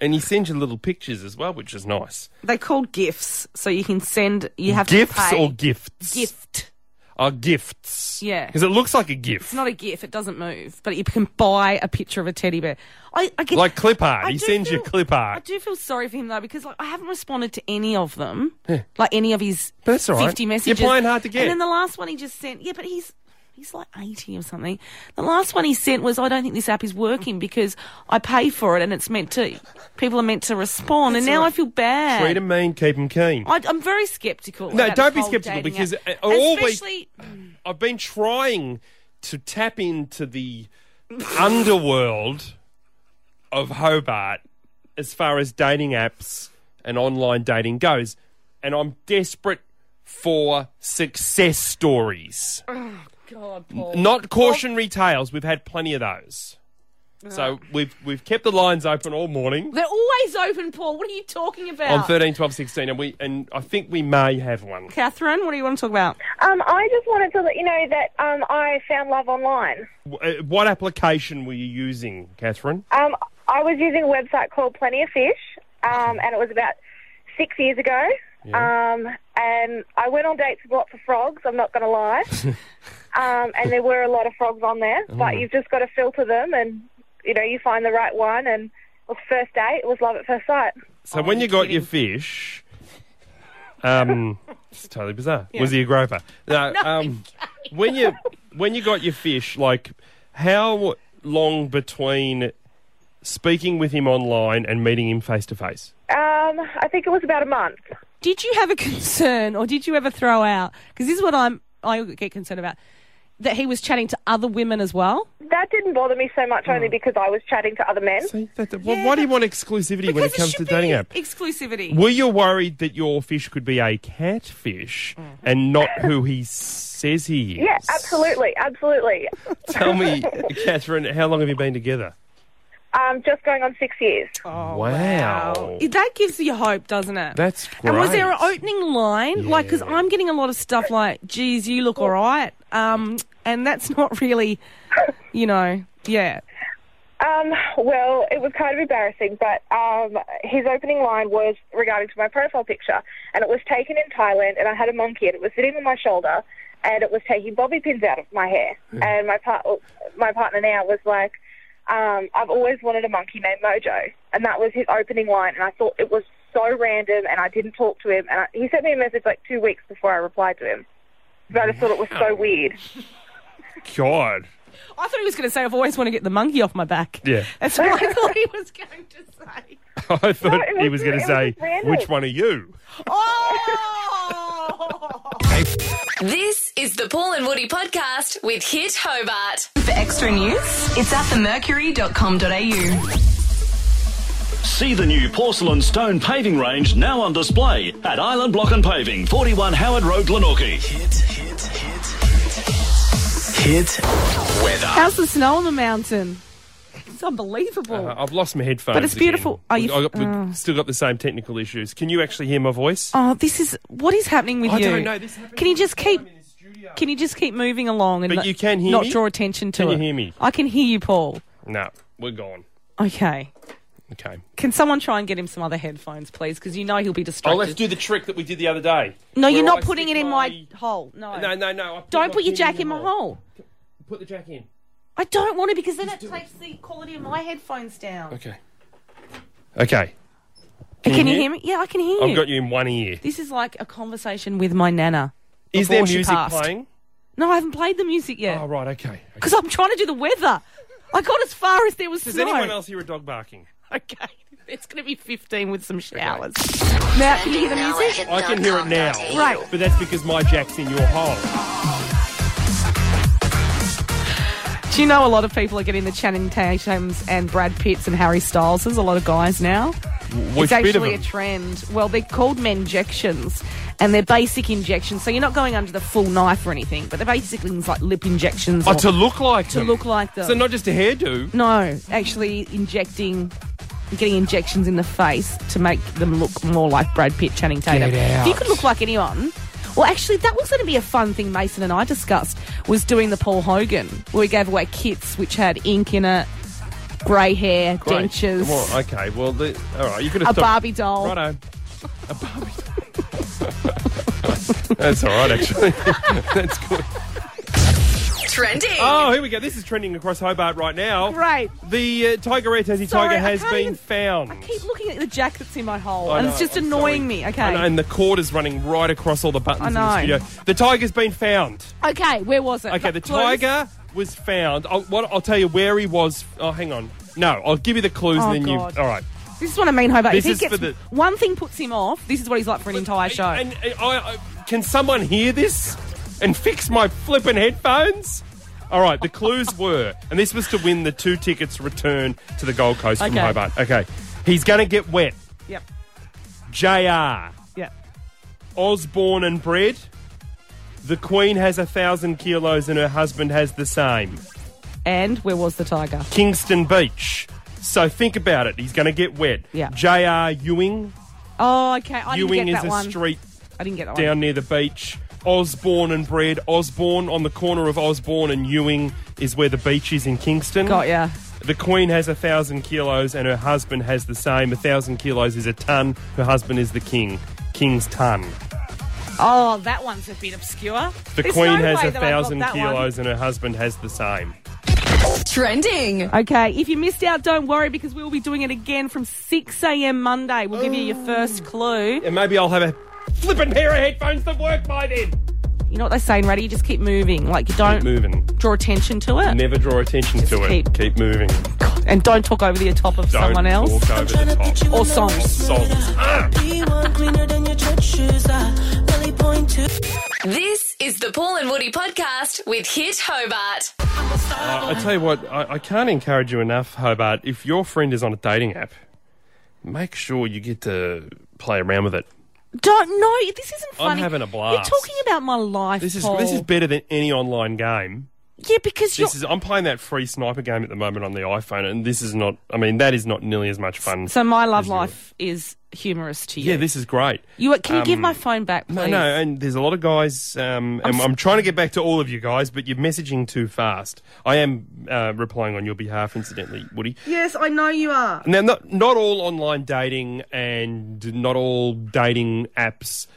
and he sends you little pictures as well, which is nice. They call gifts, so you can send. You have to gifts pay. or gifts? Gift. Are gifts? Yeah. because it looks like a gift, It's not a gift. It doesn't move, but you can buy a picture of a teddy bear. I, I get like clip art. I He do sends you feel- clip I art. do feel sorry for him though because like I haven't responded to any of them, Yeah. like any of his But that's all right. fifty You're messages. playing hard to get. And then the last one he just sent, yeah, but he's he's like eighty or something. The last one he sent was, I don't think this app is working because I pay for it and it's meant to, people are meant to respond, and That's all now right. I feel bad. Treat him mean, keep him keen. I, I'm very skeptical. No, about don't this be whole skeptical dating because app. uh, all week- especially I've been trying to tap into the underworld of Hobart as far as dating apps and online dating goes, and I'm desperate for success stories, Oh God, Paul. not cautionary tales. We've had plenty of those. Uh-huh. So we've we've kept the lines open all morning They're always open, Paul. What are you talking about? on 13, 12, 16, and we and I think we may have one. Catherine, what do you want to talk about? Um, I just wanted to let you know that um, I found love online. W- uh, What application were you using, Catherine? Um, I was using a website called Plenty of Fish, um, and it was about six years ago. Um, and I went on dates with lots of frogs. I'm not going to lie. um, and there were a lot of frogs on there, Oh. but Mm. you've just got to filter them, and you know you find the right one. And it was first date. It was love at first sight. So when you got your fish, um, it's totally bizarre. Yeah. Was he a groper? No. um, when you when you got your fish, like how long between speaking with him online and meeting him face to face? Um, I think it was about a month. Did you have a concern, or did you ever throw out? Because this is what I'm I get concerned about that he was chatting to other women as well. That didn't bother me so much, only because I was chatting to other men. Well, why do you want exclusivity when it comes to dating app? Exclusivity. Were you worried that your fish could be a catfish and not who he says he is? Yeah, absolutely, absolutely. Tell me, Catherine, how long have you been together? Um, just going on six years. Oh, wow. It- That gives you hope, doesn't it? That's great. And was there an opening line? Like, because I'm getting a lot of stuff like, "Geez, you look all right," um, and that's not really, you know, yeah. Um, well, it was kind of embarrassing, but um, his opening line was regarding to my profile picture, and it was taken in Thailand, and I had a monkey, and it was sitting on my shoulder, and it was taking bobby pins out of my hair, and my part, my partner now was like, um, "I've always wanted a monkey named Mojo," and that was his opening line, and I thought it was so random, and I didn't talk to him, and I, he sent me a message like two weeks before I replied to him, but I just thought it was so weird. God. I thought he was going to say, "I've always wanted to get the monkey off my back." Yeah. That's what I thought he was going to say. I thought No, it he was was- going it to was say, just random. which one are you? This is the Paul and Woody podcast with Hit Hobart. For extra news, it's at themercury.com.au. See the new porcelain stone paving range now on display at Island Block and Paving, 41 Howard Road, Glenorchy. Hit weather. How's the snow on the mountain? It's unbelievable. Uh, I've lost my headphones. Oh. But it's again. beautiful. Are you- I got- we've oh. still got the same technical issues. Can you actually hear my voice? Oh, this is what is happening with I you. don't know, this happens can you just keep? Can you just keep moving along and But not, you can hear not me? draw attention to Can it? you hear me? I can hear you, Paul. No, we're gone. Okay. Okay. Can someone try and get him some other headphones, please? Because you know he'll be Oh, distracted. let's do the trick that we did the other day. no, you're Where not I putting it stick in my hole. No. No, no, no. I put Don't my put your pin jack in in my hole. Put the jack in. I don't want to because then it takes the quality of my headphones down. Okay. Okay. Can, you hear me? Yeah, I can hear you. I've got you in one ear. This is like a conversation with my nana. Is there before she music passed. playing? No, I haven't played the music yet. Oh, right, okay. Because I'm trying to do the weather. I got as far as there was Does snow. anyone else hear a dog barking? Okay, it's going to be 15 with some showers. Now, can you hear the music? Oh, I can hear it now. Right. But that's because my jack's in your hole. Do you know a lot of people are getting the Channing Tatums and Brad Pitts and Harry Styleses? A lot of guys now. which it's bit of actually them? a trend. Well, they're called menjections, and they're basic injections. So you're not going under the full knife or anything, but they're basically things like lip injections. Oh, or- to look like to them. look like them. So not just a hairdo. No, actually injecting, getting injections in the face to make them look more like Brad Pitt, Channing Tatum. Get out. If you could look like anyone. Well, actually, that was going to be a fun thing Mason and I discussed was doing the Paul Hogan, where we gave away kits which had ink in it, grey hair, Great. dentures, Well, okay. Well, the, all right. You could a have stopped. Barbie doll. Righto. That's all right, actually. That's good. Trending. Oh, here we go. This is trending across Hobart right now. Great. The uh, Tigerette Tassie Sorry, Tiger I has can't been even- found. I keep looking at the jack that's in my hole, I and know, it's just I'm annoying me. I know, Okay. and the cord is running right across all the buttons I in the know. studio. The tiger's been found. Okay, where was it? Okay, the Clues? tiger was found. I'll, what, I'll tell you where he was. Oh, hang on. No, I'll give you the clues Oh, and then God. you. All right. This is what I mean, Hobart. This if he is gets for the- one thing puts him off, this is what he's like for an entire show. And uh, I, I, can someone hear this and fix my flippin' headphones? All right, the clues were, and this was to win the two tickets return to the Gold Coast from Okay. Hobart. Okay, he's going to get wet. Yep. Jr. Yep. Osborne and bred. The Queen has a thousand kilos, and her husband has the same. And where was the tiger? Kingston Beach. So think about it. He's going to get wet. Yeah. J.R. Ewing. Oh, okay. I didn't Ewing get is that a one. street I didn't get that down one. near the beach. Osborne and Bread. Osborne on the corner of Osborne and Ewing is where the beach is in Kingston. Got ya. The Queen has a thousand kilos and her husband has the same. A thousand kilos is a ton. Her husband is the king. King's ton. Oh, that one's a bit obscure. The There's Queen no has way a that I got thousand that one. kilos and her husband has the same. Trending. Okay, if you missed out, don't worry because we'll be doing it again from 6 a.m. Monday. We'll give you Oh. your first clue. And maybe I'll have a flippin' pair of headphones that work by then. You know what they say in radio? You just keep moving. Like, you don't moving. draw attention to it. Never draw attention to it. keep- Keep moving. And don't talk over the top of Don't someone else. walk over the top. Ah! Or songs. Songs. This is the Paul and Woody podcast with Hit Hobart. I, I tell you what, I, I can't encourage you enough, Hobart. If your friend is on a dating app, make sure you get to play around with it. Don't know. This isn't I'm funny. having a You're blast. talking about my life. This is Paul. this is better than any online game. Yeah, because you're. This is I'm playing that free sniper game at the moment on the iPhone, and this is not. I mean, that is not nearly as much fun. so my love life is humorous to you. yeah, this is great. You can you give Um, my phone back, please? No, no, and there's a lot of guys, um, and I'm trying to get back to all of you guys, but you're messaging too fast. I am uh, replying on your behalf, incidentally, Woody. Yes, I know you are. Now, not not all online dating and not all dating apps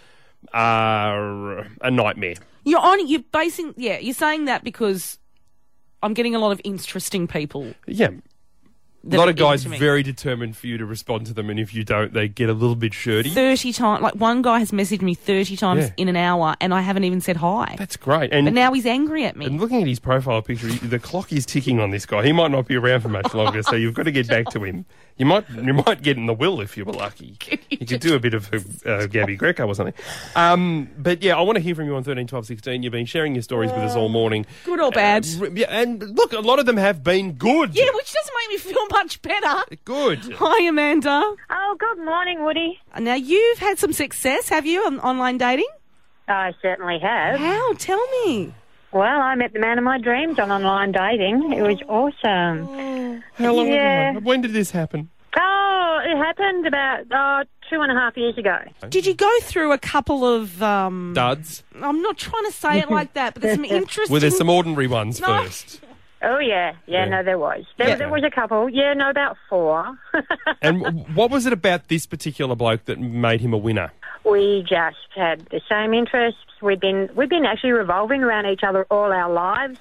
are a nightmare. You're on. You're basing. Yeah, you're saying that because I'm getting a lot of interesting people. Yeah. a That lot are of guys into me. very determined for you to respond to them, and if you don't, they get a little bit shirty. Thirty times, like one guy has messaged me thirty times Yeah. in an hour, and I haven't even said hi. That's great. And but now he's angry at me. and looking at his profile picture, he- the clock is ticking on this guy. He might not be around for much longer, so you've got to get back to him. You might you might get in the will if you were lucky. You could do a bit of uh, Gabby Greco or something. Um, but yeah, I want to hear from you on thirteen, twelve, sixteen. You've been sharing your stories with us all morning. Good or bad? Uh, yeah, and look, a lot of them have been good. yeah, which doesn't make me feel much better. Good. Hi, Amanda. Oh, good morning, Woody. Now you've had some success, have you, on online dating? I certainly have. How? Tell me. Well, I met the man of my dreams on online dating. It was awesome. How long? Yeah. ago- When did this happen? Oh, it happened about oh, two and a half years ago. Did you go through a couple of? Um, Duds. I'm not trying to say it like that, but there's some interesting. Were there some ordinary ones No. first? Oh, yeah. Yeah. Yeah, no, there was. There, Yeah. there was a couple. Yeah, no, about four. And w- what was it about this particular bloke that made him a winner? we just had the same interests. We've been we've been actually revolving around each other all our lives.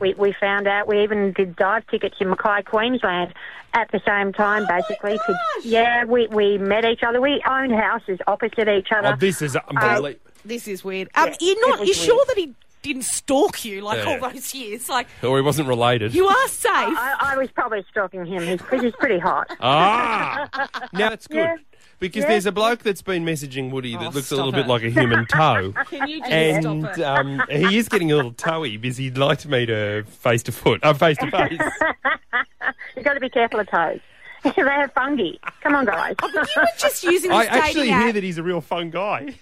We we found out we even did dive tickets in Mackay, Queensland, at the same time, basically. to- yeah, we we met each other. We owned houses opposite each other. Uh, Oh, this is unbelievable. This is weird. Um, you're not. was You're weird. sure that he didn't stalk you like Yeah. all those years. Like Or he wasn't related. you are safe. I, I was probably stalking him. He's pretty, he's pretty hot. Ah, now that's good. Yeah. Because Yeah. there's a bloke that's been messaging Woody that looks a little Oh, stop bit it. like a human toe. Can you just and stop it? um, he is getting a little toey because he'd like to meet her face to foot. Uh, face to face. You've got to be careful of toes. they have fungi. Come on, guys. you were just using I this actually dating hear app. that he's a real fun guy.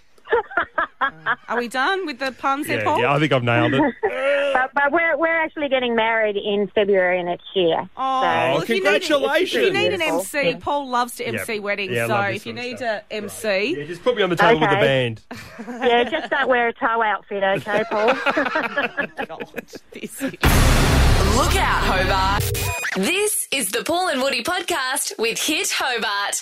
Are we done with the puns Yeah, there, Paul? yeah, I think I've nailed it. but, but we're we're actually getting married in February next year. Oh, so. well, if you need- congratulations. If you need an Yeah. MC, Paul loves to Yep. MC weddings, Yeah, I so love this if you sort of need a MC, Just put me on the table with the Okay. band. yeah, just don't wear a toe outfit, okay, Paul? Look out, Hobart. This is the Paul and Woody podcast with Hit Hobart.